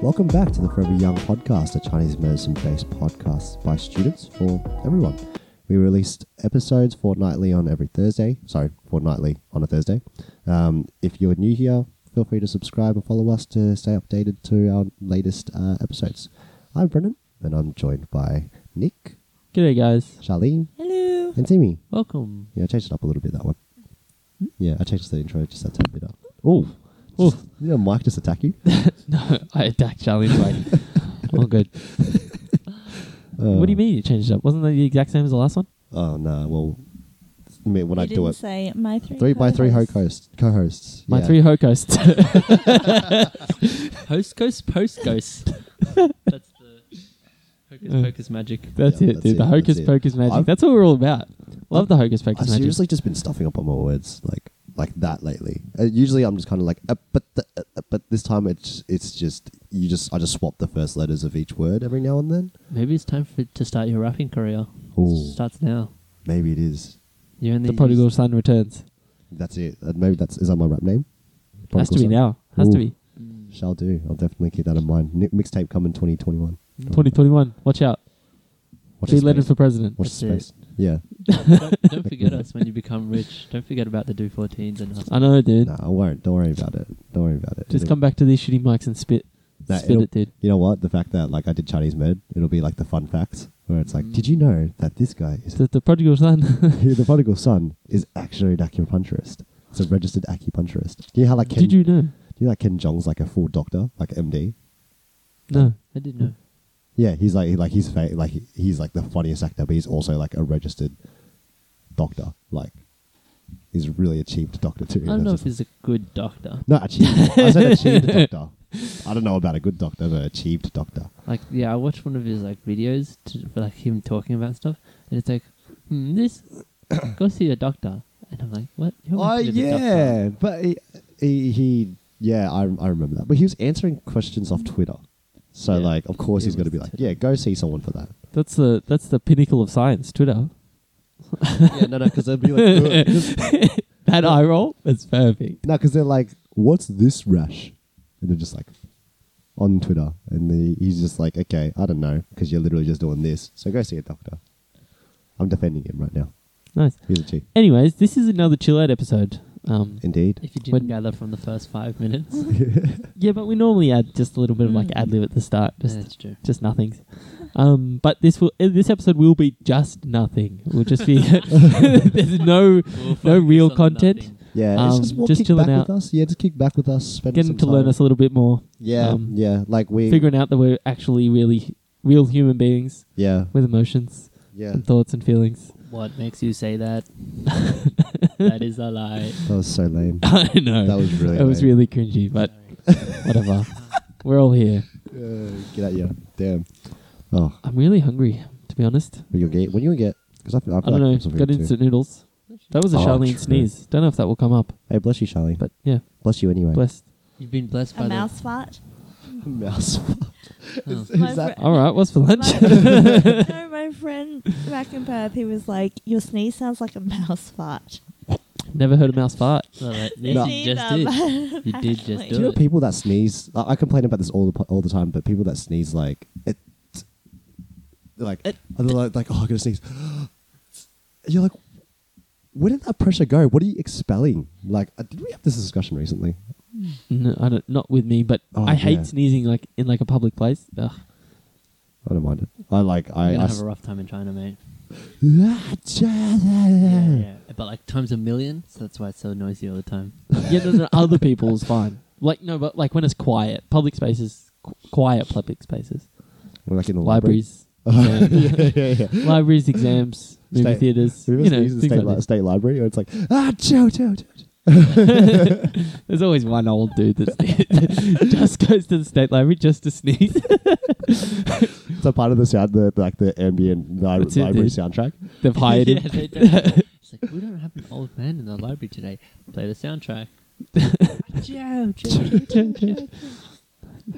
Welcome back to the Forever Young podcast, a Chinese medicine based podcast by students for everyone. We released episodes fortnightly on every Thursday. Sorry, fortnightly on a Thursday. Um, if you're new here, feel free to subscribe and follow us to stay updated to our latest uh, episodes. I'm Brendan, and I'm joined by Nick, G'day, guys. Charlene, Hello. and Timmy. Welcome. Yeah, I changed it up a little bit that one. Yeah, I changed the intro just a tad bit up. Oh, Ooh. did your mic just attack you? No, I attacked Charlie like, all good. what do Uh. you mean you changed it up? Wasn't that the exact same as the last one? Oh no, well, I mean, when you I didn't do it, say my three. three by three ho hosts, co-hosts. co-hosts. My yeah. three ho ghosts. Host ghost, post ghost. That's the hocus Uh. pocus magic. That's Yeah, it, that's dude. it, the that's hocus it. pocus magic. I've- that's what we're all about. Love the hocus I've pocus magic. seriously just been stuffing up on my words like like that lately. Uh, usually I'm just kind of like, uh, but the, uh, uh, but this time it's it's just you just I just swap the first letters of each word every now and then. Maybe it's time for to start your rapping career. Ooh. Starts now. Maybe it is. You're in the prodigal son returns. That's it. Uh, maybe that's is that my rap name? Has to Prodigal be Son? now. Has to Ooh. be. Mm. Shall do. I'll definitely keep that in mind. Ni- mixtape coming 2021. 2021. Watch out. Watch Be this Lennon space. for president. Watch this That's space. Yeah. don't, don't forget us when you become rich. Don't forget about the do 14s and us. I know, dude. No, I won't. Don't worry about it. Don't worry about it. Just It'll- come back to these shitty mics and spit. Nah, spit it'll- it, dude. You know what? The fact that like I did Chinese med, it'll be like the fun facts where it's like, Mm. did you know that this guy is The, the prodigal son. the prodigal son is actually an acupuncturist. It's a registered acupuncturist. Do you know how like Ken, Did you know? do you know like Ken Jong's like a full doctor, like MD? No. I didn't know. Yeah, he's like he- like he's fa- like he- he's like the funniest actor, but he's also like a registered doctor. Like he's a really achieved doctor too. I don't know if That's he's a good doctor. just- no achieved. I said achieved doctor. I don't know about a good doctor, but achieved doctor. Like, yeah, I watched one of his like videos to, for like him talking about stuff, and it's like, hmm, this go see a doctor, and I'm like, what? You're Ah, Oh working with a doctor. yeah, but he, he, he yeah, I, I remember that. But he was answering questions off Twitter, so Yeah. like, of course It he's going to was be like, Twitter. yeah, go see someone for that. That's the that's the pinnacle of science, Twitter. yeah, no, no, because they'll be like, That eye roll, that's perfect. no, because they're like, what's this rash? And they're just like, on Twitter, and then he's just like, okay, I don't know, because you're literally just doing this, so go see a doctor. I'm defending him right now. Nice. He's a G. Anyways, this is another chill out episode. Um, Indeed. If you didn't When- gather from the first five minutes, yeah, but we normally add just a little bit of like Mm. ad lib at the start, just that's true. just nothings. Um, but this will uh, this episode will be just nothing. We'll just be there's no No real content. Yeah, it's Um, just, more just kick chilling back out. with us. Yeah, just kick back with us. Spend getting some to learn time. us a little bit more, Yeah, um, yeah, like we. figuring out that we're actually really real human beings yeah, with emotions yeah. and thoughts and feelings. What makes you say that? that is a lie. That was so lame. I know That was really. that was lame. really cringy, but whatever. We're all here. Uh, get out yeah. Damn. Oh, I'm really hungry, to be honest. when you get when you gonna get because I feel, I I feel don't like I'm know. suffering Got too. instant noodles. That was a Oh, Charlene true. sneeze. Don't know if that will come up, Hey, bless you, Charlie. but yeah, bless you anyway. blessed. You've been blessed by A mouse fart. Mouse. the. Oh. My Is that- fri- All right, what's for lunch? my- no, my friend back in Perth, he was like, "Your sneeze sounds like a mouse fart." Never heard a mouse fart. Well, that- Me you just did. neither, You did just Do you do Apparently. know it. people that sneeze? I, I complain about this all the po- all the time, but people that sneeze like it, like It- and they're like, like oh, I'm gonna sneeze. You're like, where did that pressure go? What are you expelling? Like, uh, did we have this discussion recently? No, I don't, not with me, but Oh, I hate yeah. sneezing like in like a public place. Ugh. I don't mind it. I like You're I. I gonna s- have a rough time in China, mate. yeah, But like times a million, so that's why it's so noisy all the time. yeah, no, no, other people's fine. Like no, but like when it's quiet, public spaces, qu- quiet public spaces, Well, like in the library. libraries, exams, yeah, yeah, yeah. libraries, exams, movie State- theaters. Have you You ever know, sneezed in things state, like li- this. state library? Or it's like, ah, Joe, Joe, Joe. There's always one old dude that just goes to the state library just to sneeze. It's a part of the sound, the, like the ambient li- That's it, library dude. soundtrack. They've hired yeah, him. they don't. it's like we don't have an old man in the library today. Play the soundtrack. Joe, Joe, Joe, Joe, Joe.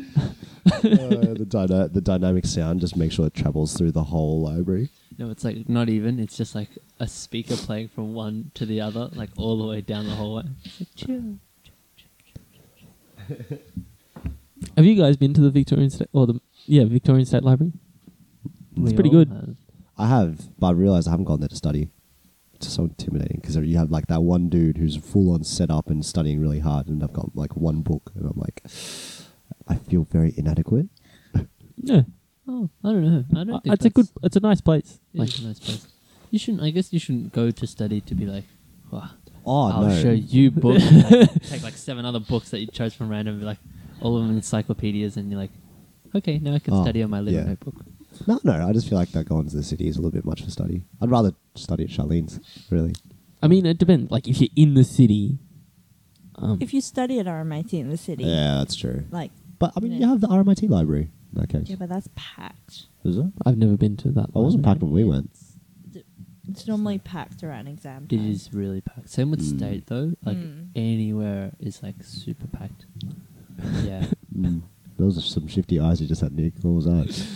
uh, the, dyna- the dynamic sound, just make sure it travels through the whole library. No, it's like not even. It's just like a speaker playing from one to the other, like all the way down the hallway. It's like, Joe, Joe, Joe, Joe, Joe. Have you guys been to the Victorian State or the yeah Victorian State Library? We pretty all good. have- I have, but I realized I haven't gone there to study. It's so intimidating because you have like that one dude who's full on set up and studying really hard, and I've got like one book, and I'm like, I feel very inadequate. Yeah, Oh, I don't know. I don't. Uh, Think it's a good, that's- it's a nice place. it is a nice place. You shouldn't. I guess you shouldn't go to study to be like. Wow, Oh I'll no! show you books. and, like, take like seven other books that you chose from random, like all of them encyclopedias, and you're like, okay, now I can Oh, study on my little yeah. notebook. No, no. I just feel like that going to the city is a little bit much for study. I'd rather study at Charlene's. Really, I mean, it depends. Like if you're in the city, um, If you study at RMIT in the city, yeah, that's true. like, But I mean, you Yeah. have the RMIT library. In that case, yeah, but that's packed. is it? Oh, I've never been to that. it wasn't library. packed when we went. It's normally packed around exam It time. is really packed. Same with Mm. state though. Like Mm. anywhere is like super packed. Yeah. Mm. Those are some shifty eyes you just had, Nick. What was that? Uh, No, it's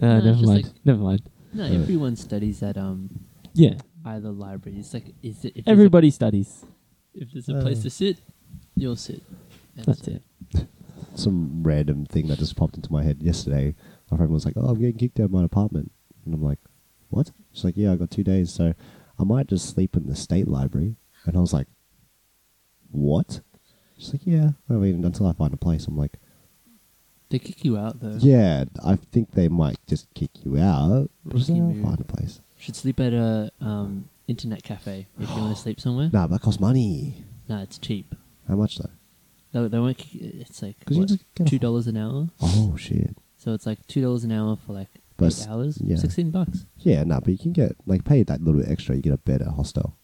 never just mind. like- never mind. no, Yeah. everyone studies at um Yeah, either library. It's like is it if there's a- everybody studies. if there's a place Uh. to sit, you'll sit. And That's it. some random thing that just popped into my head yesterday. My friend was like, "Oh, I'm getting kicked out of my apartment," and I'm like, "What?" She's like, "Yeah, I got two days, so I might just sleep in the state library." And I was like, "What?" She's like, "Yeah, I mean, until I find a place." I'm like, They kick you out though. "Yeah, I think they might just kick you out. Just So keep I'll moving. find a place." Should sleep at a um internet cafe if you want to sleep somewhere. Nah, but that costs money. No, it's cheap. How much though? They, they won't kick it's like 'Cause you what, just get a- two dollars an hour. Oh shit. So it's like two dollars an hour for like But eight s- hours. yeah. Sixteen bucks. Yeah, nah, but you can get like pay that little bit extra, you get a better hostel.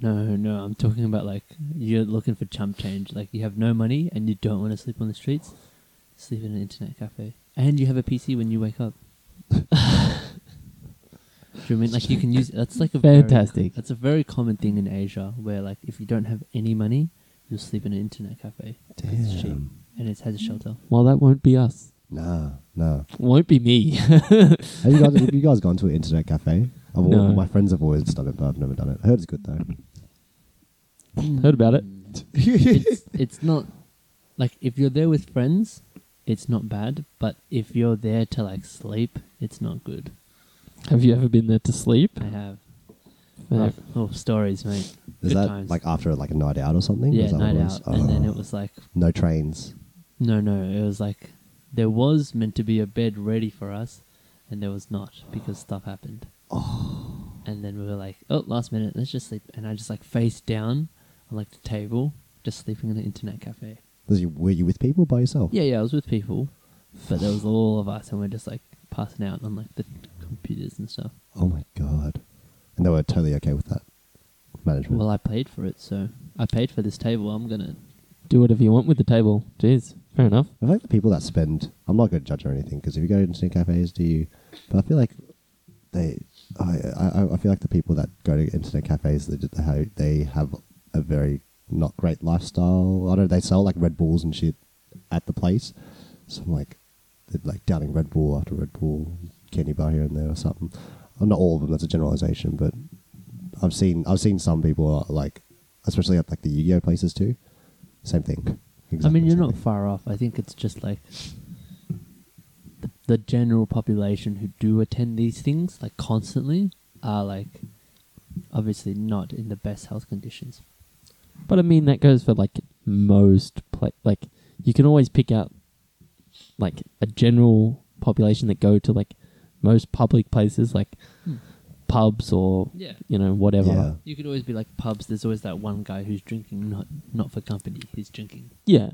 No, no, I'm talking about like you're looking for chump change. Like you have no money and you don't want to sleep on the streets, sleep in an internet cafe, and you have a PC when you wake up. Do you mean like you can use? That's like a very- Fantastic. that's a very common thing in Asia where like if you don't have any money, you'll sleep in an internet cafe. It's cheap Damn. and it has a shelter. Well, that won't be us. Nah, nah. Won't be me. Have you guys, have you guys gone to an internet cafe? I've al- No. my friends have always done it, but I've never done it. I heard it's good though. Heard about it. it's, it's not like if you're there with friends, it's not bad. But if you're there to like sleep, it's not good. Have you ever been there to sleep? I have. Uh, Oh, oh, stories, mate. Is Good that times. like after like a night out or something? yeah, Is that what night it out, was? and then Oh. it was like, no trains. no, no, it was like there was meant to be a bed ready for us, and there was not because stuff happened. Oh. And then we were like, oh, last minute, let's just sleep. And I just like face down on like the table, just sleeping in an internet cafe. Was you, were you with people by yourself? Yeah, yeah, I was with people, but there was all of us, and we're just like passing out on like the computers and stuff. Oh my god. And they were totally okay with that management. Well, I paid for it, so I paid for this table. I'm gonna. Do whatever you want with the table. Jeez, fair enough. I feel like the people that spend, I'm not going to judge or anything because if you go to internet cafes, do you? But I feel like they, I, I, I feel like the people that go to internet cafes, they, just- they have- they have a very not great lifestyle. I don't know, they sell like Red Bulls and shit at the place. So I'm like, they're like downing Red Bull after Red Bull, candy bar here and there or something. Uh, Not all of them, that's a generalization, but I've seen, I've seen some people uh, like, especially at like the Yu-Gi-Oh places too. Same thing. I Exactly mean, you're same not thing. far off. I think it's just like the, the general population who do attend these things like constantly are like obviously not in the best health conditions. But I mean, that goes for like most pla Like, you can always pick out like a general population that go to like most public places, like Hmm. pubs or Yeah. you know whatever. You could always be like pubs. There's always that one guy who's drinking, not not for company. He's drinking. Yeah.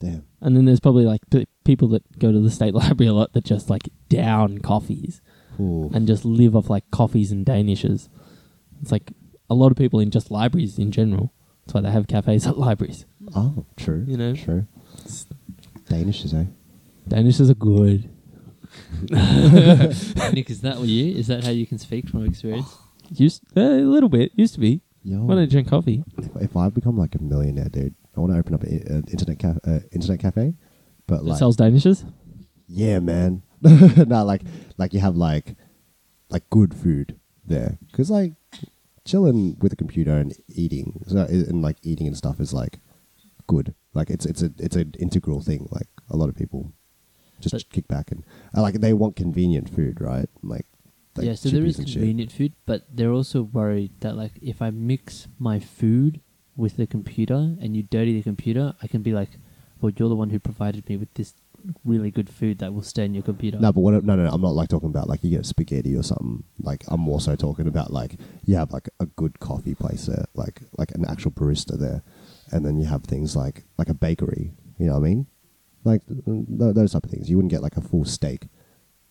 Damn. And then there's probably like p- people that go to the state library a lot that just like down coffees Cool. and just live off like coffees and danishes. It's like a lot of people in just libraries in general. That's why they have cafes at libraries. Oh, true. You know? true. Danish is eh? Danishes are good. Nick, is that you? Is that how you can speak from experience? Used uh, a little bit. Used to be Yo, when I drink coffee. if, if I become like a millionaire, dude, I want to open up an an internet cafe. Uh, internet cafe, but It like, sells danishes. yeah, man. no, like, like you have like, like good food there, because like, chilling with a computer and eating, so, and like eating and stuff is like, good. Like it's it's a it's an integral thing. Like a lot of people just But- kick back and uh, like they want convenient food, right? Like, like yeah, so there chippies is and shit. convenient food, but they're also worried that like if I mix my food with the computer and you dirty the computer, I can be like, well, you're the one who provided me with this really good food that will stay in your computer. No, but what, no, no, no, I'm not like talking about like you get spaghetti or something. Like I'm more so talking about like you have like a good coffee place there, like like an actual barista there, and then you have things like like a bakery. You know what I mean? Like th- th- those type of things. You wouldn't get like a full steak,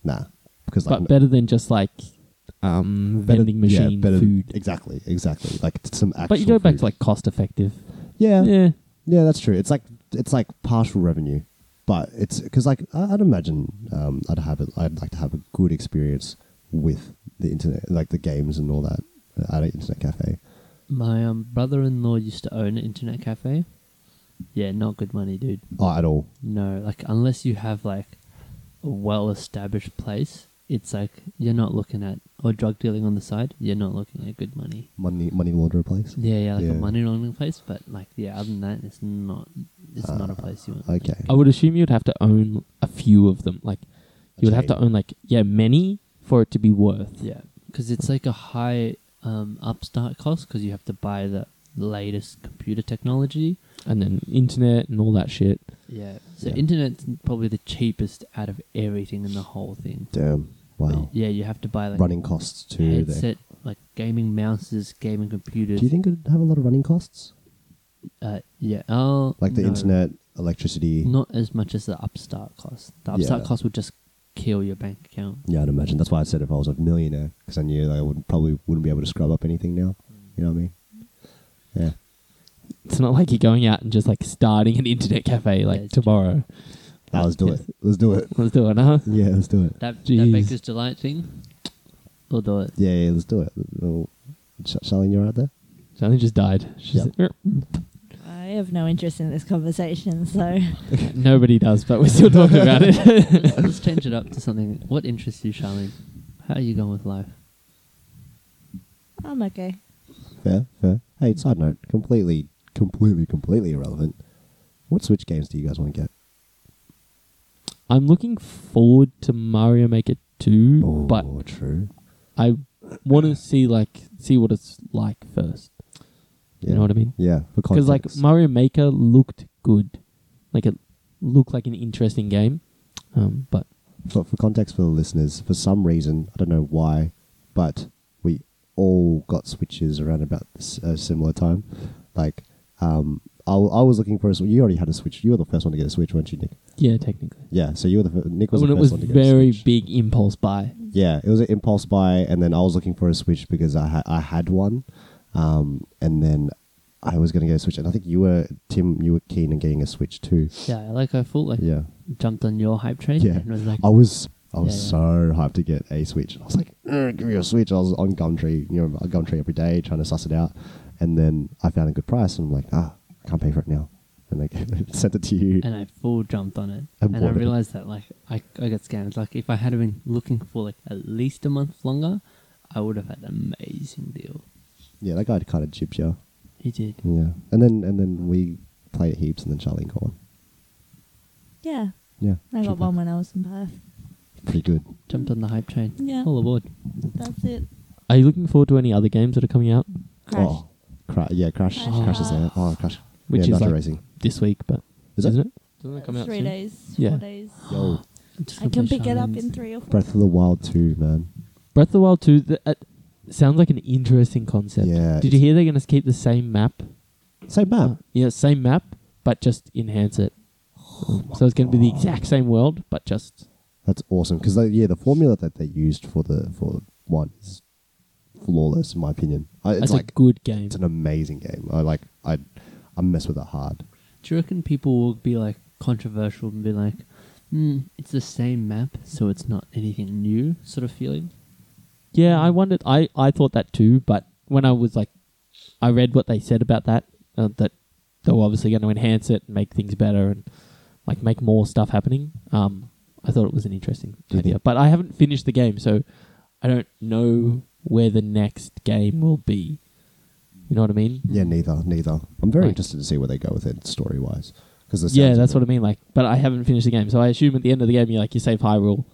nah, because like but better than just like um, better- vending machine yeah, better, food. Exactly, exactly. Like t- some actual. But you go back food. to like cost effective. yeah, yeah, Yeah. That's true. It's like it's like partial revenue, but it's because like I, I'd imagine um, I'd have it. I'd like to have a good experience with the internet, like the games and all that at an internet cafe. My um, brother-in-law used to own an internet cafe. Yeah, not good money, dude. Oh, at all. No, like unless you have like a well-established place, it's like you're not looking at or drug dealing on the side. You're not looking at good money. Money money launderer place. Yeah, yeah, like Yeah. a money laundering place, but like yeah, other than that, it's not. It's not a Ah, place you want. Okay. I would assume you'd have to own a few of them. Like you would have Okay. to own like yeah many for it to be worth. Yeah, because it's like a high um, upstart cost because you have to buy the latest computer technology. And then internet and all that shit. Yeah, so Yeah. internet's probably the cheapest out of everything in the whole thing. Damn. Wow. Yeah, you have to buy like Running costs too. there. headset, like gaming mouses, gaming computers. Do you think it'd have a lot of running costs? Uh, yeah. Oh, Like the no. internet, electricity. Not as much as the upstart cost. The upstart Yeah. cost would just kill your bank account. Yeah, I'd imagine. That's why I said if I was a millionaire, because I knew I would probably wouldn't be able to scrub up anything now. You know what I mean? Yeah. It's not like you're going out and just like starting an internet cafe like it's true. tomorrow. Nah, let's do it. Let's do it. Let's do it, huh? Yeah, let's do it. That, that Jeez. Baker's Delight thing, we'll do it. Yeah, yeah, let's do it. Well, Sh- Charlene, you're out there. Charlene just died. She's I have no interest in this conversation, so Nobody does, but we're still talking about it. let's, let's change it up to something. What interests you, Charlene? How are you going with life? I'm okay. Fair, fair. Hey, side note, completely, completely, completely irrelevant. What Switch games do you guys want to get? I'm looking forward to Mario Maker 2, Mm, but Oh, true. I want to see like see what it's like first. Yeah. You know what I mean? Yeah, for Because like context. Mario Maker looked good, like it looked like an interesting game, um, but for, for context for the listeners, for some reason, I don't know why, but we all got switches around about this, a similar time. Like, um, I, w- I was looking for a switch. You already had a switch. You were the first one to get a switch, weren't you, Nick? yeah, technically, Yeah. So you were the fir- Nick was when the it first was one to get very a switch. big impulse buy. Yeah, it was an impulse buy, and then I was looking for a switch because I ha- I had one, um, and then I was gonna get a switch, and I think you were Tim. You were keen on getting a switch too. Yeah, like I thought, like Yeah. jumped on your hype train Yeah. and was like, I was I was Yeah, so yeah. hyped to get a Switch. I was like, "Ugh, give me a Switch. I was on Gumtree, you know, on Gumtree every day trying to suss it out, and then I found a good price, and I'm like, ah, I can't pay for it now, and I sent it to you. and I full jumped on it, And and, I bought it. realized that like I I got scammed. Like if I had been looking for like at least a month longer, I would have had an amazing deal. yeah, that guy kind of jibbed you. He did. Yeah, and then and then we played it heaps, and then Charlene got one. Yeah, Yeah, I she got one when I was in Perth. Pretty good. Jumped on the hype train. Yeah. All aboard. That's it. Are you looking forward to any other games that are coming out Crash. Oh, cra- yeah, Crash. Crash. Crash is there. Oh, Crash. Which yeah, is Nitro like- Racing. this week? But Is isn't it? it? Doesn't it come out three soon? days, Yeah. four days. Yo, Just I gonna can play pick it up Charlene's. in three or four. Breath of the Wild 2, man. Breath of the Wild 2 th- uh, sounds like an interesting concept. Yeah. Did you Oh. hear they're going to keep the same map? Uh, Same map. Yeah, same map, but just enhance it. so it's going to be the exact same world, but just That's awesome because yeah, the formula that they used for the for one is flawless in my opinion. I, it's that's like a good game. it's an amazing game. I like I I mess with it hard. Do you reckon people will be like controversial and be like, mm, it's the same map, so it's not anything new sort of feeling? yeah, I wondered. I I thought that too, but when I was like, I read what they said about that. Uh, that they were obviously going to enhance it and make things better and like make more stuff happening. Um, I thought it was an interesting you idea, think- but I haven't finished the game, so I don't know where the next game will be. You know what I mean? Yeah, neither neither. I'm very Right. interested to see where they go with it story wise Because the yeah, sounds that's of what I mean. Like, but I haven't finished the game, so I assume at the end of the game, you like you save Hyrule,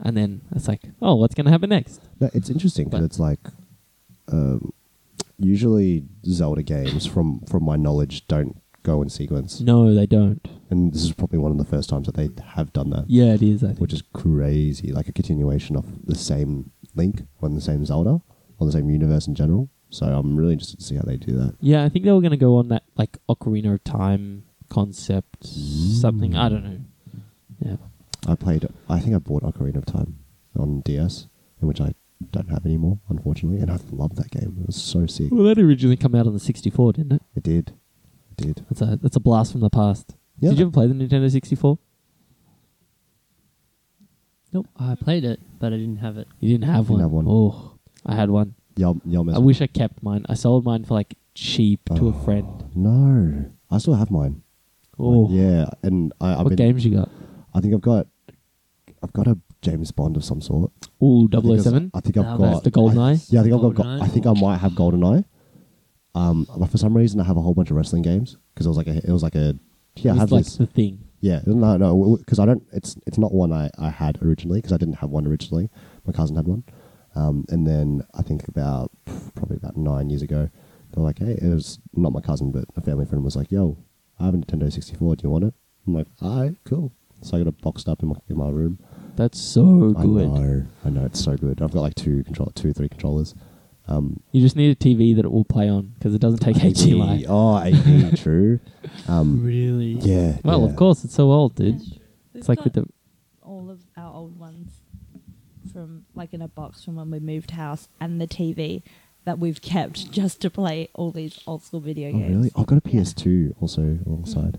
and then it's like, oh, what's gonna happen next? it. No, it's interesting because But- it's like um, usually Zelda games, from from my knowledge, don't go in sequence, No, they don't. and this is probably one of the first times that they have done that, Yeah, it is. I think. which is crazy. Like a continuation of the same Link on the same Zelda on the same universe in general. So I'm really interested to see how they do that. yeah, I think they were gonna go on that like Ocarina of Time concept, something. I don't know. Yeah, I played. I think I bought Ocarina of Time on DS, in which I don't have anymore, unfortunately. And I loved that game. It was so sick. well, that originally come out on the sixty four, didn't it? It did. It did. That's a that's a blast from the past. Yeah. Did you ever play the Nintendo sixty four? Nope, I played it, but I didn't have it. You didn't have Didn't one. have one. Oh, I had one. Y'all, y'all mess I wish I kept mine. I sold mine for like cheap to Oh. a friend. No, I still have mine. Oh, Yeah, and I, I've What been. games you got? I think I've got. I've got a James Bond of some sort. Ooh, I think it's- 007? I think I've No, got that's the GoldenEye? I, yeah, I think I've got. Go- GoldenEye. I think I might have GoldenEye. Um, but for some reason, I have a whole bunch of wrestling games because it was like a. It was like a. Yeah, I It's have like this. the thing. Yeah, no, no, because I don't. It's it's not one I, I had originally because I didn't have one originally. My cousin had one, um, and then I think about probably about nine years ago, they're like, hey, it was not my cousin, but a family friend was like, yo, I have a Nintendo sixty four. Do you want it? I'm like, alright, cool. So I got it boxed up in my in my room. That's so I Oh, good. know, I know, it's so good. I've got like two control, two or three controllers. Um, You just need a TV that it will play on because it doesn't take HDMI. Oh, AD, true. Um, Really? yeah. Well, yeah. of course, it's so old, dude. It's like with the all of our old ones from like in a box from when we moved house and the TV that we've kept just to play all these old school video Oh, games. really? I've got a Yeah. PS2 also alongside. Mm.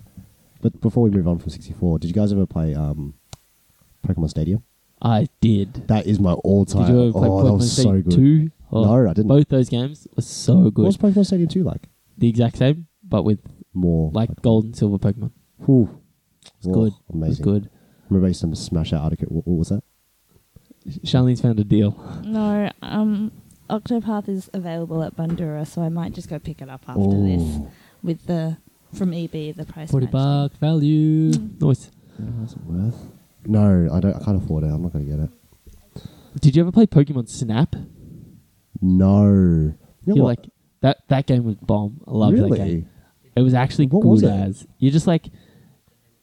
But before we move on from 64, did you guys ever play um, Pokemon Stadium? I did. That is my all-time. did you ever play oh, Pokemon that was so Stadium good. 2? No, I didn't. Oh, Both those games were so What good. was Pokemon Stadium 2 like? the exact same, but with More like gold and silver Pokemon. Whew. It's good. Amazing. It's good. Remember I used to smash out Articulate. What, what was that? Charlene's found a deal. No, um, Octopath is available at Bandura, so I might just go pick it up after this Oh, with the from EB the price. 40 match. buck value. Nice. yeah, was it worth? No, I don't. I can't afford it. I'm not gonna get it. Did you ever play Pokemon Snap? No. You know You're what? like that. That game was bomb. I loved really? that game. It was actually What good was it? as you just like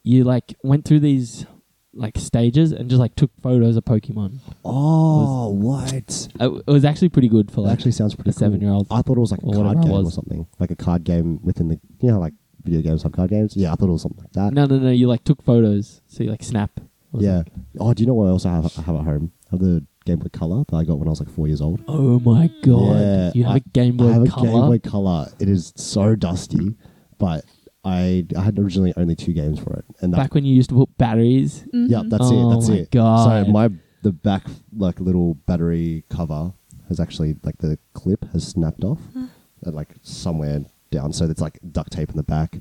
you like went through these like stages and just like took photos of Pokemon. Oh, what? It, it was actually pretty good for That like actually sounds pretty a cool. seven-year-old I thought it was like a or card whatever it game or was. something, like a card game within the you know like video games have card games. Yeah, I thought it was something like that. no no no you like took photos so you like snap. It was Uh, yeah. like, oh, do you know what else I have, I have at home? I have the Game Boy Color that I got when I was like four years old. oh my god! Yeah, you have I- a Game Boy I have Color. a Game Boy Color. It is so dusty, but I I had originally only two games for it, and that, Back when you used to put batteries. Mm-hmm. yeah, that's Oh it. That's my it. God. So my the back like little battery cover has actually like the clip has snapped off, uh, like somewhere down. So it's like duct tape in the back.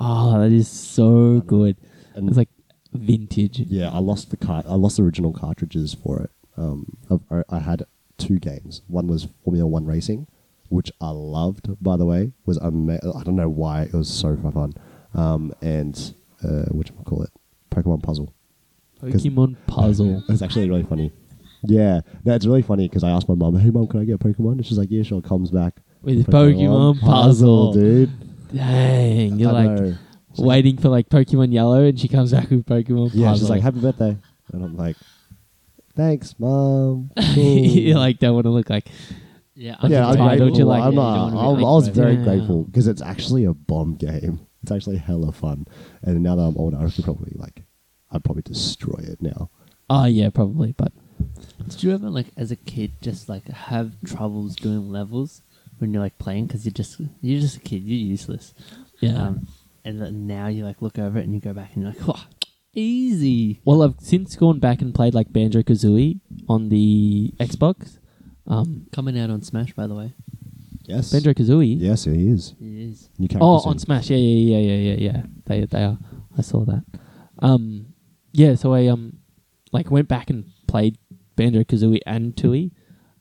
Oh, that is so good. And It's like vintage. Yeah, I lost the car- I lost the original cartridges for it. Um, I, I- I had two games. One was Formula One Racing, which I loved. By the way, was ama- I don't know why it was so fun. Um, and uh, which call it Pokemon Puzzle. Pokemon puzzle. It's actually really funny. Yeah, that's really funny because I asked my mum, "Hey, mum, can I get Pokemon?" And she's like, "Yeah, sure." Comes back With Pokemon puzzle. dude. Dang, you're I like know. waiting for like Pokemon Yellow, and she comes back with Pokemon yeah. Puzzle. She's like, "Happy birthday," and I'm like, "Thanks, mum." you Cool." like don't want to look like Yeah, Like yeah, it's I'm tied, grateful. don't you like- I'm, yeah, uh, you don't wanna I'm- be I was like- very Yeah. grateful because it's actually a bomb game. It's actually hella fun, and now that I'm older, I could probably like, I'd probably destroy it now. oh yeah probably, but Did you ever, like, as a kid, just like have troubles doing levels when you're like playing because you're just you're just a kid, you're useless. yeah. Um, and then now you like look over it and you go back and you're like, oh, easy. well, I've since gone back and played like Banjo Kazooie on the Xbox. Um, Coming out on Smash, by the way. Yes, Banjo Kazooie. yes, it is. It is. New character Oh, soon. on Smash. Yeah, yeah, yeah, yeah, yeah, yeah. They they are. I saw that. Um, yeah. So I um, like went back and played Banjo Kazooie and Tui,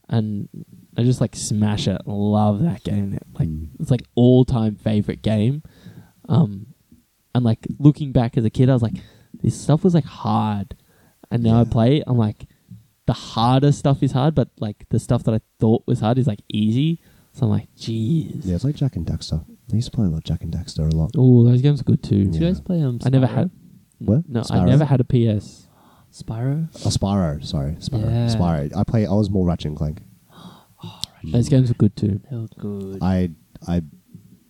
and I just like smash it. Love that game. Like Mm. it's like all time favorite game. Um, I And like looking back as a kid, I was like, this stuff was like hard. And now I Yeah. play it, I'm like, the harder stuff is hard, but like the stuff that I thought was hard is like easy. So I'm like, jeez. Yeah, it's like Jack and Daxter. I used to play a lot of Jack and Daxter a lot. Oh, those games are good too. Do you Yeah. guys play um? I never Spyro? had. What? No, I Spyro? never had a PS. Spyro. Oh, Spyro. Sorry, Spyro. Yeah. Spyro. I play. I was more Ratchet and Clank. Those games were good too. They were good. I I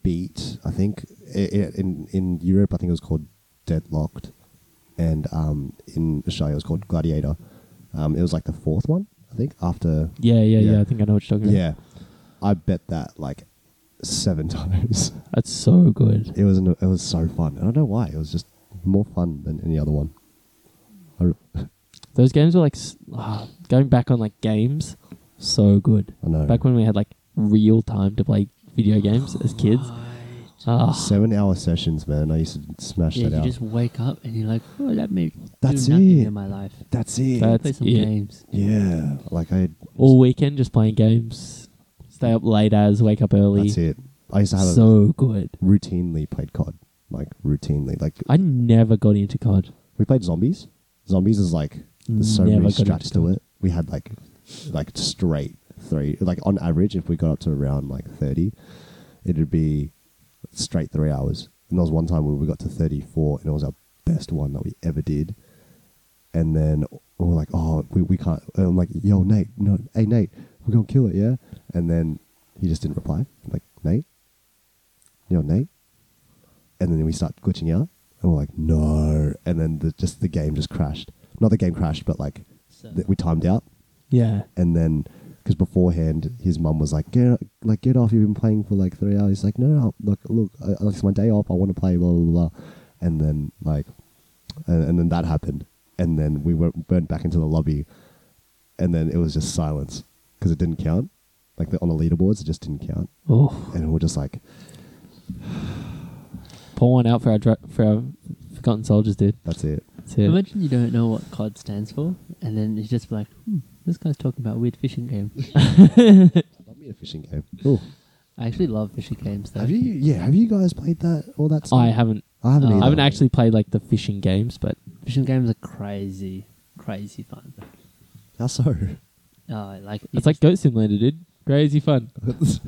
beat. I think i- i- in in Europe, I think it was called Deadlocked, and um, in Australia, it was called Gladiator. Um, it was like the fourth one, I think. After Yeah, yeah, yeah. Yeah. I think I know what you're talking about. yeah, I bet that like seven times. That's so good. It was an, it was so fun. I don't know why. It was just more fun than any other one. I, I Those games were like s ah, going back on like games, so good. know. Back when we had like real time to play video games as kids. Ah, Seven hour sessions, man. I used to smash Yeah, that you out. just wake up and you're like, oh, let me That's do nothing it. in my life. That's it. That- play That's some it. games. yeah, like I. all weekend just playing games. Stay up late as, wake up early. That's it. I used to have a So good. routinely played COD, like routinely. Like I never got into COD. we played zombies. Zombies is like there's so Never many got into strats to COD. it. We had like like straight three. Like on average, if we got up to around like thirty, it'd be straight three hours. And there was one time where we got to thirty four, and it was our best one that we ever did. And then we we're like, oh, we, we can't. And I'm like, yo, Nate, no, hey Nate, we're gonna kill it, yeah. And then he just didn't reply. I'm like Nate, yo Nate, and then we start glitching out, and we're like, no. And then the, just the game just crashed. Not the game crashed, but like So, th- we timed out, Yeah. and then because beforehand his mum was like, get like get off. You've been playing for like three hours. He's like, no, no, look, look, I, like, it's my day off. I want to play. Blah blah blah. And then like, and, and then that happened, and then we went, went back into the lobby, and then it was just silence because it didn't count. Like the, on the leaderboards, it just didn't count, Oh, and we we're just like, pour one out for our dra- for our forgotten soldiers, dude. that's it. That's it. Imagine you don't know what COD stands for, and then you just be like, hmm, this guy's talking about weird fishing game. Love me a fishing game. Ooh. I actually love fishing games. Though. Have you? Yeah. Have you guys played that? All that? Stuff? I haven't. I haven't. uh, either. I haven't actually played like the fishing games, but Fishing games are crazy, crazy fun. How so? Uh, like you it's like Goat Simulator, dude. Crazy fun.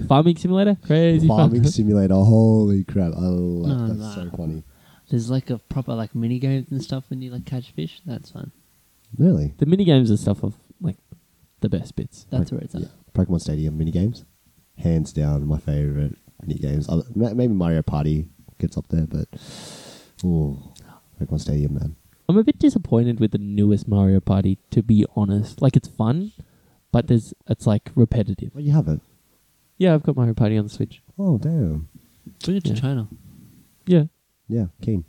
Farming Simulator, crazy Farming fun. simulator. Holy crap! I love No, that. That's no. so funny. There's like a proper like mini games and stuff when you like catch fish. That's fun. Really? the mini games are stuff of like the best bits. That's where it's at. Yeah. Pokemon Stadium mini games, hands down my favorite mini games. Uh, ma- Maybe Mario Party gets up there, but ooh, Pokemon Stadium, man. I'm a bit disappointed with the newest Mario Party, to be honest. Like it's fun, but there's it's like repetitive. Well, you haven't. Yeah, I've got Mario Party on the Switch. Oh damn. Bring it to Yeah. China. Yeah, Yeah, keen.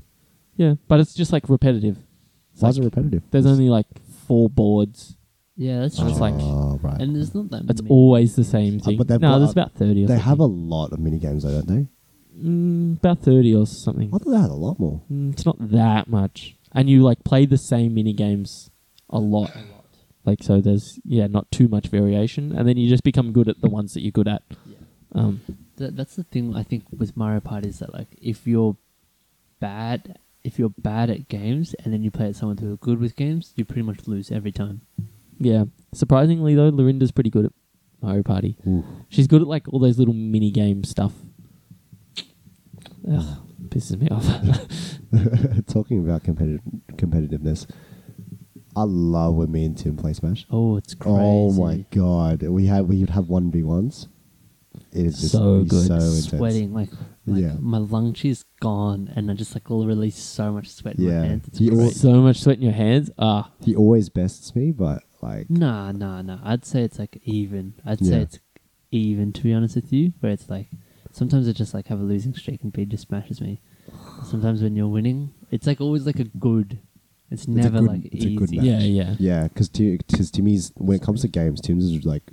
yeah, but it's just like repetitive. It's Why is it like, repetitive? There's only like four boards. Yeah, that's So true. it's like- oh, right. and there's not that. It's many. always the same Uh, thing. but they've no, got- there's about thirty. Or they have a something. lot of mini games, though, don't they? mm, about thirty or something. I thought they had a lot more. Mm, it's not that much, and you like play the same mini games a lot. Like so, there's yeah, not too much variation, and then you just become good at the ones that you're good at. Yeah. Um, That, that's the thing I think with Mario Party is that like if you're bad, if you're bad at games and then you play at someone who's good with games, you pretty much lose every time. yeah, surprisingly though, Lorinda's pretty good at Mario Party. Ooh. She's good at like all those little mini game stuff. Ugh, pisses me off. Talking about competitive competitiveness, I love when me and Tim play Smash. Oh, it's crazy. Oh my god, we had we would have one v ones. It is just So it'd be good. so intense. Sweating like, like Yeah. my lung cheese gone, and I just like will release so much sweat in Yeah. my hands. It's You all- great. so much sweat in your hands. Ah, He always bests me, but like Nah, nah, nah. I'd say it's like even. I'd Yeah. say it's even to be honest with you. Where it's like sometimes I just like have a losing streak and B just smashes me. Sometimes when you're winning, it's like always like a good. It's never good- like it's a easy. good match. yeah, yeah, yeah, because because Timmy's when it comes to games, Tim's is like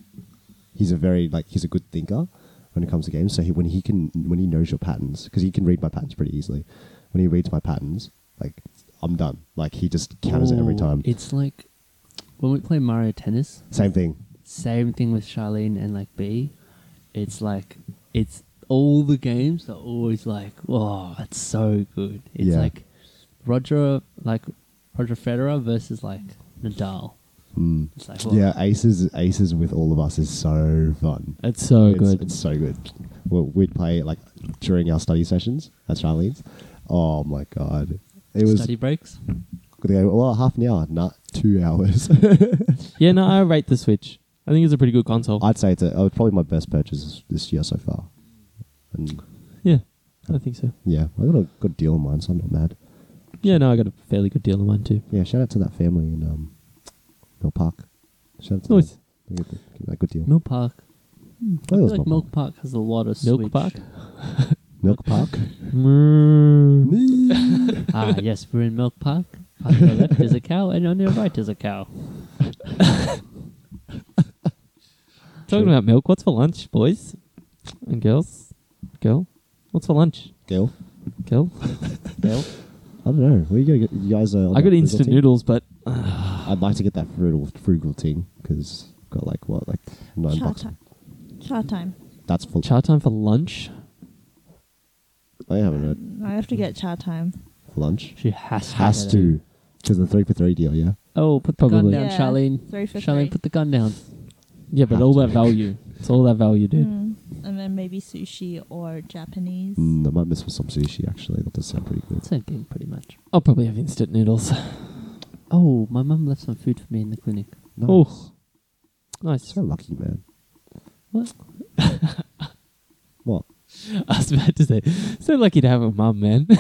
he's a very like he's a good thinker when it comes to games. So he, when he can when he knows your patterns, because he can read my patterns pretty easily. When he reads my patterns, like I'm done. Like he just counters it every Ooh, time. It's like when we play Mario Tennis. Same thing. Same thing with Charlene and like B. It's like it's all the games are always like, oh, that's so good. It's Yeah. like Roger, like Roger Federer versus like Nadal. Mm. It's like, whoa. Yeah, aces aces with all of us is so fun. It's so it's, Oh, good. It's so good. Well, we'd play it like during our study sessions at Charlene's. Oh my god, it was study breaks. they go, well half an hour, not two hours. yeah, no, I rate the Switch. I think it's a pretty good console. I'd say it's a, uh, probably my best purchase this year so far. And yeah, I think so. yeah, I got a good deal on mine, so I'm not mad. Yeah, no, I got a fairly good deal on mine too. Yeah, shout out to that family in um, Mill Park. Shout out to Nice. them. They get the- get that good deal. Milk Park. Oh, I it feel was like Milk Milk Park has a lot of Milk Switch. Park? Milk Park. Mm. ah, yes, we're in Milk Park. On your left is a cow, and on your right is a cow. Talking about milk, what's for lunch, boys and girls? Girl, what's for lunch? Girl. Girl, girl. I don't know. Where you gonna get? You guys are. on I got that instant team? noodles, but I'd like to get that frugal frugal thing because got like what like nine Char bucks. time. Char time. That's full. char time for lunch. I haven't heard I have to get char time. lunch. She has to. Has get it. to because the three for three deal. Yeah. Oh, put the Probably. gun down, Yeah, Charlene. three for Charlene, three. put the gun down. Yeah, but Have all to. that value. It's all that value, dude. Hmm. Mm. And then maybe sushi or Japanese. Mm, I might miss for some sushi actually. That does sound pretty good. Same thing, pretty much. I'll probably have instant noodles. Oh, my mum left some food for me in the clinic. Nice. Oh. Nice. So lucky, man. What? What? I was about to say, so lucky to have a mum, man.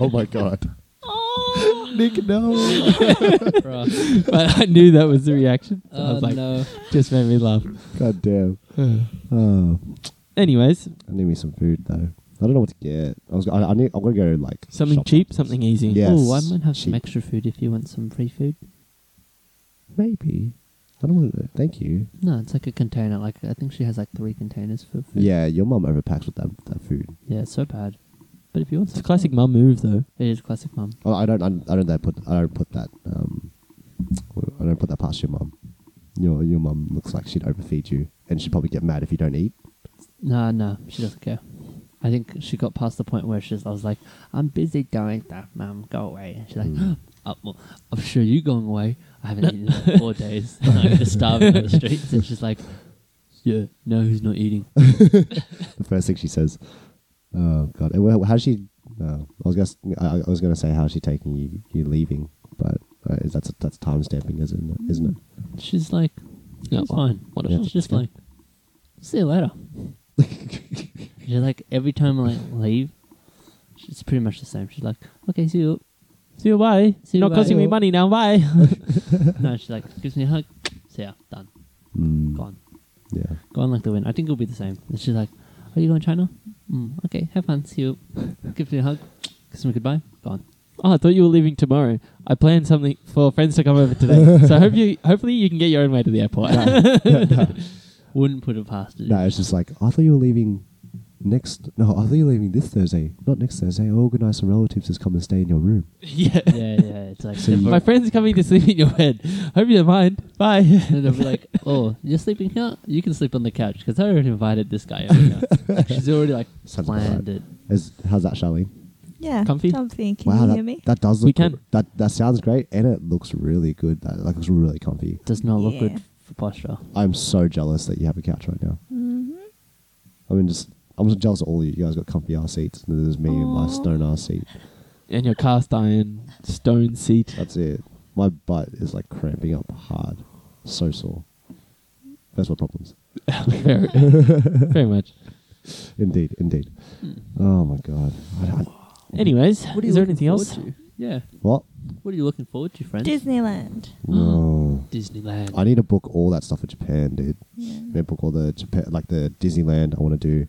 oh my god. Oh, Nick, no. Bruh. but I knew that was the reaction. I Oh, Uh, was like, no. just made me laugh. god damn. Oh, Anyways, I need me some food though. I don't know what to get. I was. I, I need. I'm gonna go like something shop. cheap, something easy. Yeah. Yes, Oh, I might have cheap. some extra food if you want some free food. Maybe. I don't want to. Thank you. No, it's like a container. Like I think she has like three containers for food. Yeah, your mum overpacks with that that food. Yeah, it's so bad. But if you want, It's a some- classic mum move, though. It is classic mum. Oh, I don't. I, I don't. That put. I don't put that. Um, I don't put that past your mum. Your your mum looks like she'd overfeed you, and she'd probably get mad if you don't eat. No, no, she doesn't care. I think she got past the point where she's. I was like, I'm busy doing stuff, mum. Go away. And she's like, Mm. "Oh, well, I'm sure you going away. I haven't eaten in four days. and I'm just starving on the streets. And she's like, Yeah, no, who's not eating? The first thing she says. Oh God! And well, how's she? No, I was guess. I, I was gonna say how's she taking you? You leaving? But uh, is- that's that's time stamping, isn't it? Isn't it? She's like, Yeah, It's well, fine. what if- She's just okay. like, see you later. she's like every time I like leave, it's pretty much the same. She's like, okay, see you. See you, bye. See you, Not bye. costing me money now, bye. no, she's like gives me a hug. See ya. Done. Mm, Gone. Yeah. Gone like the wind. I think it'll be the same. And she's like, are you going to China? Mm, okay, have fun. See you. gives me a hug. Gives me goodbye. Gone. oh, I thought you were leaving tomorrow. I planned something for friends to come over today. so hope you, hopefully you can get your own way to the airport. Wouldn't put it past it. No, it's just like I thought you were leaving next. No, I thought you were leaving this Thursday, not next Thursday. I organised some relatives to come and stay in your room. yeah. Yeah, yeah. It's like So you- My friend's coming to sleep in your bed. Hope you don't mind. Bye. And they'll be like, "Oh, you're sleeping here. You can sleep on the couch because I already invited this guy over." Like, she's already like Sounds about planned right. it. Is how's that, Charlene? yeah. Comfy? Comfy. Can wow, you that, hear me? that does look We can. good. that that sounds great, and it looks really good. That like looks really comfy. Does not look Yeah. good for posture. I'm so jealous that you have a couch right now. hmm I mean, just I'm just jealous of all of you. You guys got comfy ass seats. and There's me and my Aw. stone ass seat. and your cast iron stone seat. That's it. My butt is like cramping up hard, so sore. That's what problems. very, very much. Indeed, indeed. Oh my god. I don't, Anyways, What are you is there looking anything else? forward to? Yeah. what? What are you looking forward to, friends? Disneyland. No. Disneyland. I need to book all that stuff for Japan, dude. Yeah. I need to book all the Japan, like the Disneyland. I want to do.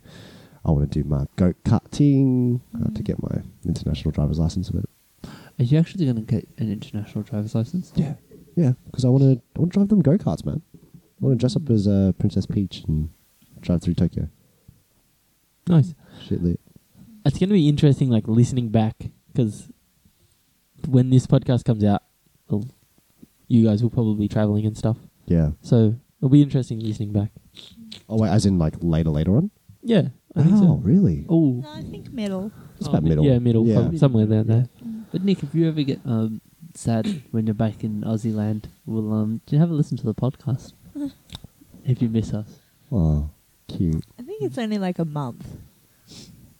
I want to do my go karting. I have to get my international driver's license, but Are you actually going to get an international driver's license? Yeah, yeah. Because I want to, I want to drive them go karts, man. I want to dress up as uh, Princess Peach and drive through Tokyo. Nice. Shit lit. It's going to be interesting, like listening back, because when this podcast comes out, well, you guys will probably be traveling and stuff. Yeah. So it'll be interesting listening back. Oh wait, as in like later, later on. Yeah. I think so. Oh, really? Oh, No, I think metal. It's Oh, about mi- middle. Yeah, middle. Yeah. some- somewhere there. there. but Nick, if you ever get um, sad when you're back in Aussie land, we'll um, do you have a listen to the podcast if you miss us. Oh, cute. I think it's only like a month.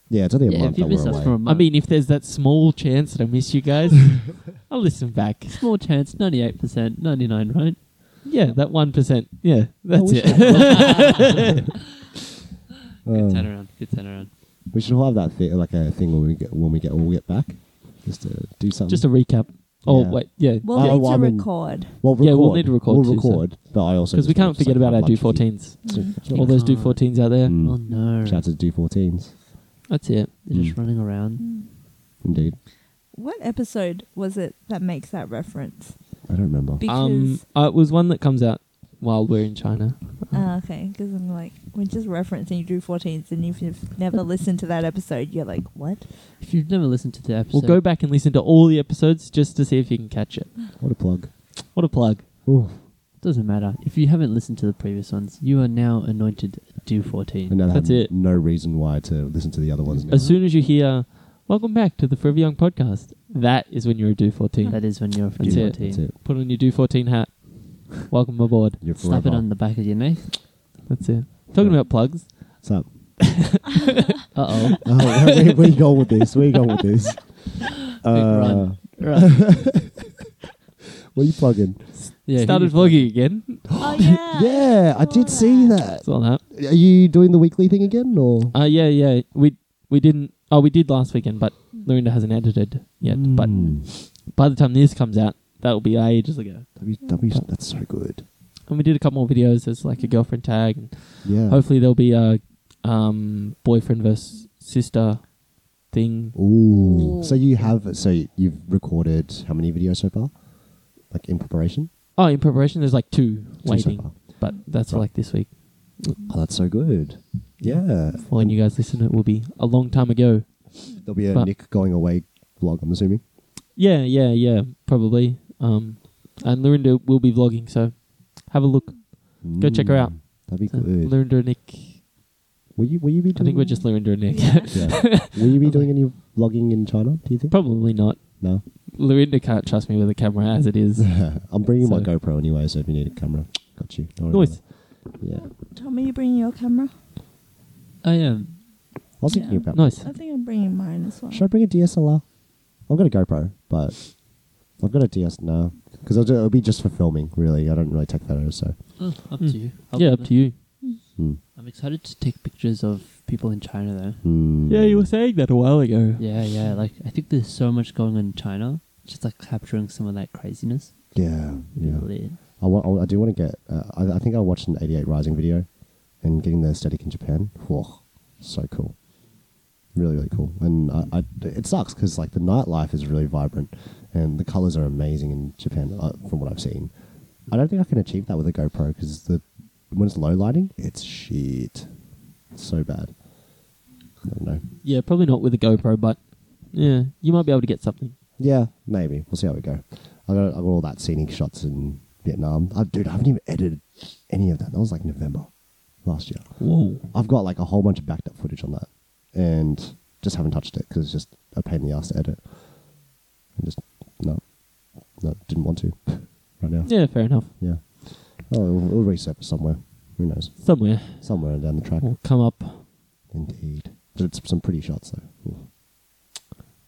Yeah, it's only a yeah, month if you that miss we're us away. for a I month, mean, if there's that small chance that I miss you guys, I'll listen back. small chance, ninety-eight percent, ninety-nine, right? Yeah, that one percent. Yeah, that's wish it. Uh, Good turnaround, good turnaround. we should all have that thing, like a thing when we get when we get all get back, just to do something. Just a recap. Oh Yeah. wait, yeah, We'll Uh, need well, I to mean- record. well, record. yeah, we'll need to record We'll too, so- record, but I also because we just wanna can't say forget about how our much do of you- fourteens. Mm. So- All those do Can't. fourteens out there. Mm. Oh no, Shout out to do fourteens, That's it. they're just Mm. running around. indeed. What episode was it that makes that reference? I don't remember. Because Um, uh, it was one that comes out while we're in China. Ah, okay, because I'm like, we're just referencing you do 14s, and if you've never listened to that episode, you're like, what? If you've never listened to the episode, We'll go back and listen to all the episodes just to see if you can catch it. What a plug. What a plug! Ooh, Doesn't matter. If you haven't listened to the previous ones, you are now anointed do and 14. now they That's have it. No reason why to listen to the other ones. Now. As soon as you hear "Welcome back to the Forever Young Podcast," that is when you're a do fourteen. That is when you're do That's it. 14. That's it. Put on your do fourteen hat. Welcome aboard. You're forever. Slap it on the back of your neck. That's it. Talking about plugs. What's up? Uh Oh, where, where you going with this? Where you going with this? Uh, run. oh. right. what are you plugging? Yeah, Started who do vlogging again. oh, yeah. Yeah, I did see that. That's all that. Are you doing the weekly thing again, or Uh, yeah, yeah. We we didn't. Oh, we did last weekend, but Mm. Lorinda hasn't edited yet. But Mm. by the time this comes out, that will be ages ago. That'd be- that'd be- that's so good. And we did a couple more videos. There's like a girlfriend tag, and Yeah. hopefully there'll be a um, boyfriend versus sister thing. Ooh. Ooh. So you have so you've recorded how many videos so far? Like in preparation? Oh, in preparation, there's like two Two waiting, so far. but that's Right. like this week. Oh, that's so good. Yeah. For When you guys listen, it will be a long time ago. There'll be a But- Nick going away vlog, I'm assuming. Yeah, yeah, yeah. Probably. Um, and Lorinda will be vlogging, so have a look. Go check her out. Mm, That'd be So, good. Lorinda and Nick. will you will you be I doing think we're just Lorinda and Nick. Yeah. Mm. yeah. Will you be doing any vlogging in China, do you think? Probably not. No. Lorinda can't trust me with a camera as it is. I'm bringing my So- GoPro anyway, so if you need a camera, got you. Don't worry Nice. about it. Yeah. Tommy, you bringing your camera? I am. I was thinking Yeah. about Nice. I think I'm bringing mine as well. Should I bring a DSLR? I've got a GoPro, but I've got a DS now because it'll, it'll be just for filming. Really, I don't really take photos, so Oh, up Mm. to you. Yeah, up to you. mm. I'm excited to take pictures of people in China, though. Mm. saying that a while ago. Yeah, yeah. Like, I think there's so much going on in China. Just like capturing some of that craziness. yeah, yeah. Really. I, wa- I, wa- I do want to get. Uh, I, I think I watched an '88 Rising video, and getting the aesthetic in Japan. Whoa, so cool. Really, really cool. And I, I, it sucks because like the nightlife is really vibrant, and the colors are amazing in Japan uh, from what I've seen. I don't think I can achieve that with a GoPro because the when it's low lighting, it's shit. It's so bad. I don't know. Yeah, probably not with a GoPro, but yeah, you might be able to get something. Yeah, maybe. We'll see how we go. I got, I got all that scenic shots in Vietnam. I, dude, I haven't even edited any of that. That was like November last year. Whoa. I've got like a whole bunch of backed up footage on that and just haven't touched it because it's just a pain in the ass to edit. And just, no, no, didn't want to right now. Yeah, fair enough. Yeah. Oh, it'll, it'll resurface somewhere. Who knows? Somewhere Somewhere down the track. will come up. Indeed. But it's some pretty shots though. Ooh.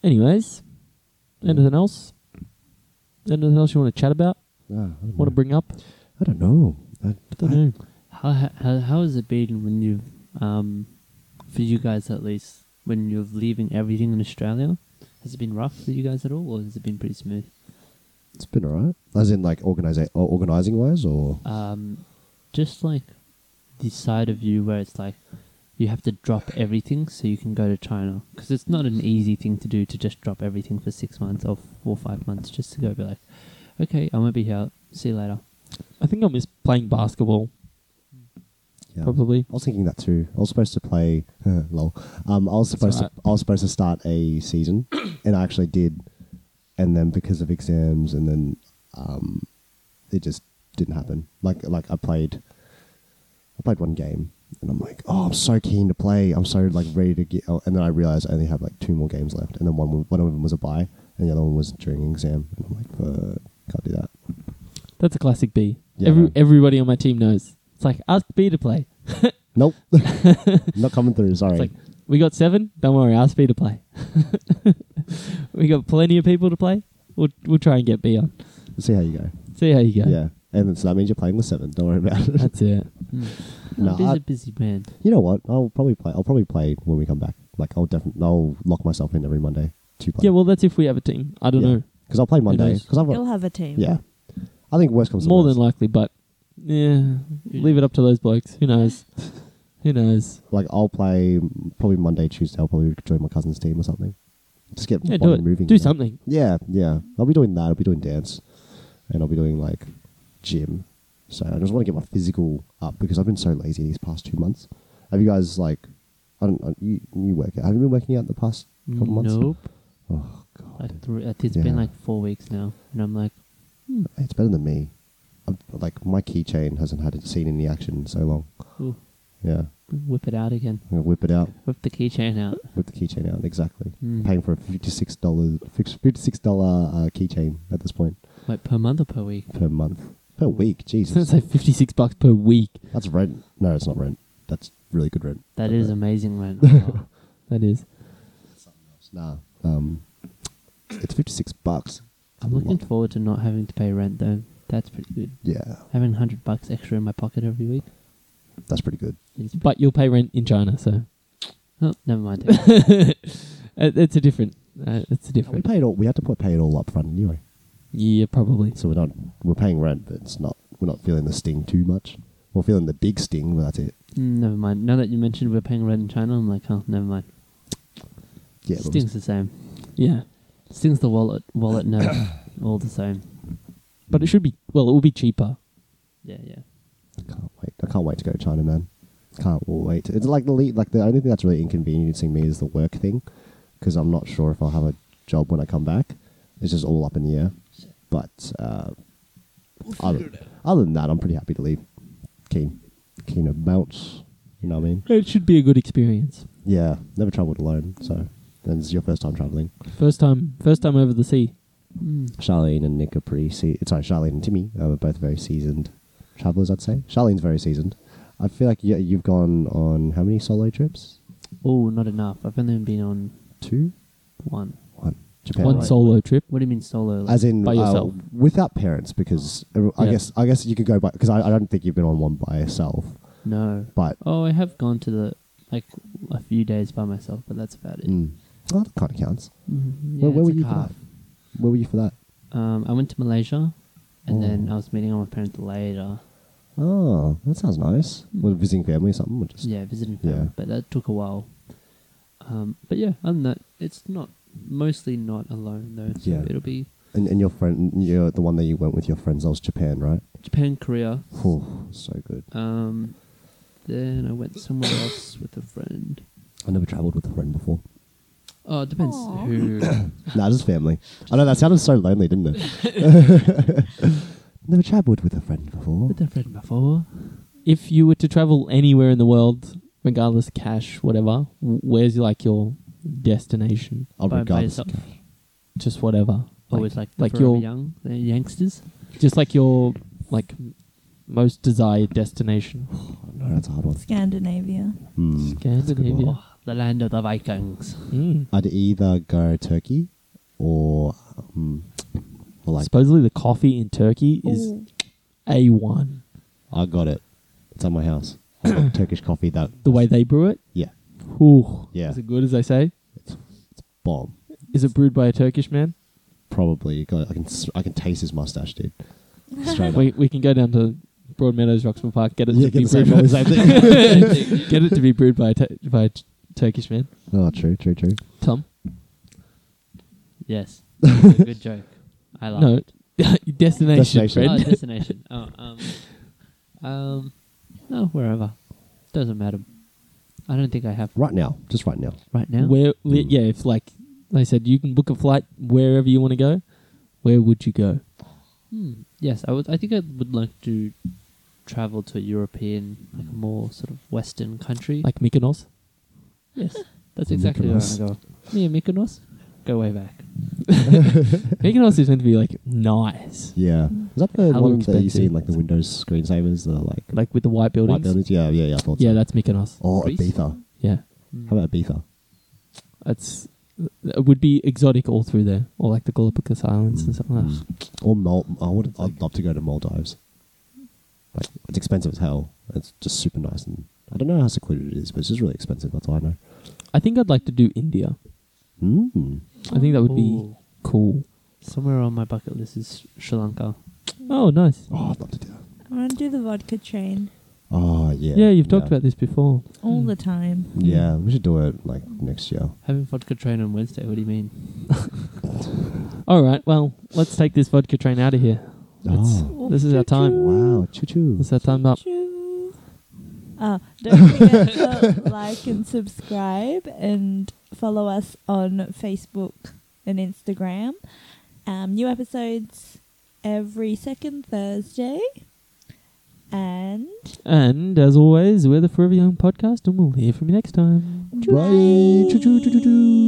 Anyways, anything else? Anything else you want to chat about? Ah, I, don't Want to know. bring up? I don't know. I, Don't know. How, how, how has it been when you've, um, for you guys at least, when you're leaving everything in Australia? Has it been rough for you guys at all, or has it been pretty smooth? It's been alright. As in, like organisa- or organizing wise, or um, just like the side of you where it's like you have to drop everything so you can go to China because it's not an easy thing to do to just drop everything for six months or four or five months just to go be like, okay, I won't be here. See you later. I think I miss playing basketball. yeah. Probably. I was thinking that too. I was supposed to play. lol. Um, I was supposed alright. to. I was supposed to start a season, and I actually did, and then because of exams, and then um, it just didn't happen. Like like I played, I played one game, and I'm like, oh, I'm so keen to play. I'm so like ready to get. Oh, and then I realized I only have like two more games left, and then one one of them was a buy, and the other one was during exam, and I'm like, uh, can't do that. That's a classic B. Yeah. Every, everybody on my team knows. It's like ask B to play. Nope, not coming through. Sorry. It's like we got seven. Don't worry, ask B to play. we got plenty of people to play. We'll we'll try and get B on. See how you go. See how you Yeah. go. And then- so that means you're playing with seven. Don't worry about it. That's it. Mm. No, I'm busy, I- busy man. you know what? I'll probably play. I'll probably play when we come back. Like I'll definitely. I'll lock myself in every Monday to play. Yeah, well, that's if we have a team. I don't Yeah. know. because I'll play Monday. knows? Because I've You'll have a team. yeah. I think worst comes to More worst. than likely, but yeah, Yeah. leave it up to those blokes. Who knows? Who knows? like I'll play probably Monday, Tuesday. I'll probably join my cousin's team or something. Just get Yeah, do body it. moving. do you know? something. Yeah, yeah. I'll be doing that. I'll be doing dance, and I'll be doing like gym. So I just want to get my physical up because I've been so lazy these past two months. Have you guys like? I don't. know, You you work out? Have you been working out the past couple months? Nope. Oh god, Like three, it's Yeah. been like four weeks now, and I'm like, it's better than me. I'm, like my keychain hasn't had it seen any action in so long. ooh, Yeah, whip it out again. I'm gonna whip it out, Whip the keychain out. whip the keychain out. Exactly. Mm. Paying for a fifty-six dollar fifty-six dollar uh, keychain at this point Like per month or per week? per month per week. It's Jesus, like fifty six bucks per week. that's rent. No, it's not rent. That's really good rent. That is amazing, man. That is. Nah. Um, it's 56 bucks. I'm looking forward to not having to pay rent though. That's pretty good. Yeah, Having hundred bucks extra in my pocket every week. that's pretty good. Is pretty But you'll pay rent in China, so oh, never mind. it, it's a different. Uh, it's we a different. pay it all. We had to put, pay it all up front anyway, yeah, probably. so we're not we're paying rent, but it's not we're not feeling the sting too much. We're feeling the big sting, but that's it. Mm, never mind. Now that you mentioned we're paying rent in China, I'm like, oh, never mind. Yeah, but Stings the same. Yeah, Stings the wallet. Wallet no, all the same. but it should be. Well, it will be cheaper. Yeah, yeah. I can't wait. I can't wait to go to China, man. Can't wait. It's like the le- like the only thing that's really inconveniencing me is the work thing, because I'm not sure if I'll have a job when I come back. It's just all up in the air. But uh, other, other than that, I'm pretty happy to leave. Keen, keen to bounce. You know what I mean? It should be a good experience. Yeah, never travelled alone, so and this is your first time travelling. First time. First time over the sea. Mm. Charlene and Nick are pretty. Se- sorry, Charlene and Timmy uh, are both very seasoned travellers. I'd say Charlene's very seasoned. I feel like you, you've gone on how many solo trips? Oh, not enough. I've only been on Two, one. one. Japan. One right? solo trip. What do you mean solo? Like, As in, By uh, yourself. without parents, because every- I Yeah. guess I guess you could go by because I, I don't think you've been on one by yourself. no. But Oh, I have gone to the like a few days by myself, but that's about it. mm, well, that kind of counts. Mm, where yeah, where were it's you like for half. that? Where were you for that? Um, I went to Malaysia, and then Oh. I was meeting all my parents later. Oh, that sounds nice. Well, visiting family or something, or just Yeah, visiting family, Yeah. but that took a while. Um, but yeah, other than that, it's not mostly not alone though. So Yeah. it'll be And, and your friend, you're the one that you went with your friends. That was Japan, right? Japan, Korea. Oh, so good. Um, then I went somewhere else with a friend. I never travelled with a friend before. Oh, it depends Aw. who. Nah, just family. I know that sounded so lonely, didn't it? never travelled with a friend before. with a friend before. If you were to travel anywhere in the world, regardless cash, whatever, w- where's your, like your destination? I'll by, by regard yourself. Just whatever. Always like the like forever your- young, the youngsters. Just like your like most desired destination. Hmm. No, that's a hard one. Scandinavia. Hmm. Scandinavia. Oh, the land of the Vikings. Mm. I'd either go Turkey or um, or like Supposedly the coffee in Turkey is Ooh. a one. I got it. It's at my house. I got Turkish coffee. That The way they brew it. yeah, Ooh, Yeah. Is it good as they say? bomb. Is it brewed by a Turkish man? Probably. God, I can s- I can taste his mustache, dude. Straight up. We, we can go down to Broadmeadows, Roxburgh Park, get it Yeah, to get be the same, brewed by, same thing. get it to be brewed by a, tu- by a t- Turkish man. oh, true, true, true. Tom, Yes. Good joke. I like no, destination, it. Destination. Fred. Oh, destination. Oh, um, um, no, wherever. Doesn't matter. I don't think I have Right now, just right now. right now. Where, li- Mm. yeah, if like they said, you can book a flight wherever you want to go. Where would you go? Hmm. Yes, I would. I think I would like to travel to a European, like a more sort of Western country. Like Mykonos. yes, that's exactly where I want to go. Me and Mykonos, go way back. Mykonos is meant to be like nice, Yeah. Is that the How one that you see expensive. in like the Windows screensavers? The like, like with the white buildings. white buildings? Yeah, yeah, yeah. I thought Yeah, so. that's Mykonos. Or Greece? Ibiza. Yeah, Hmm. How about Ibiza? that's it would be exotic all through there, or like the Galapagos Islands and stuff. Ugh. Mm. Or Mal- I would. I'd love to go to Maldives. Like it's expensive as hell. It's just super nice, and I don't know how secluded it is, but it's just really expensive. That's all I know. I think I'd like to do India. Mm. I think that would be Ooh. cool. somewhere on my bucket list is Sri Lanka. Oh, nice. Oh, I'd love to do that. I want to do the vodka train Oh yeah. Yeah, you've talked about this before. all Hmm. the time. Yeah, we should do it like next year. Having vodka train on Wednesday. What do you mean? All right, well, let's take this vodka train out of here. Let's- Oh, This is our time. Oh. wow, choo choo. This is our time up. Choo. Uh, don't forget to like and subscribe and follow us on Facebook and Instagram. Um, new episodes every second Thursday. And And as always, we're the Forever Young Podcast, and we'll hear from you next time. Bye. Choo choo choo choo choo.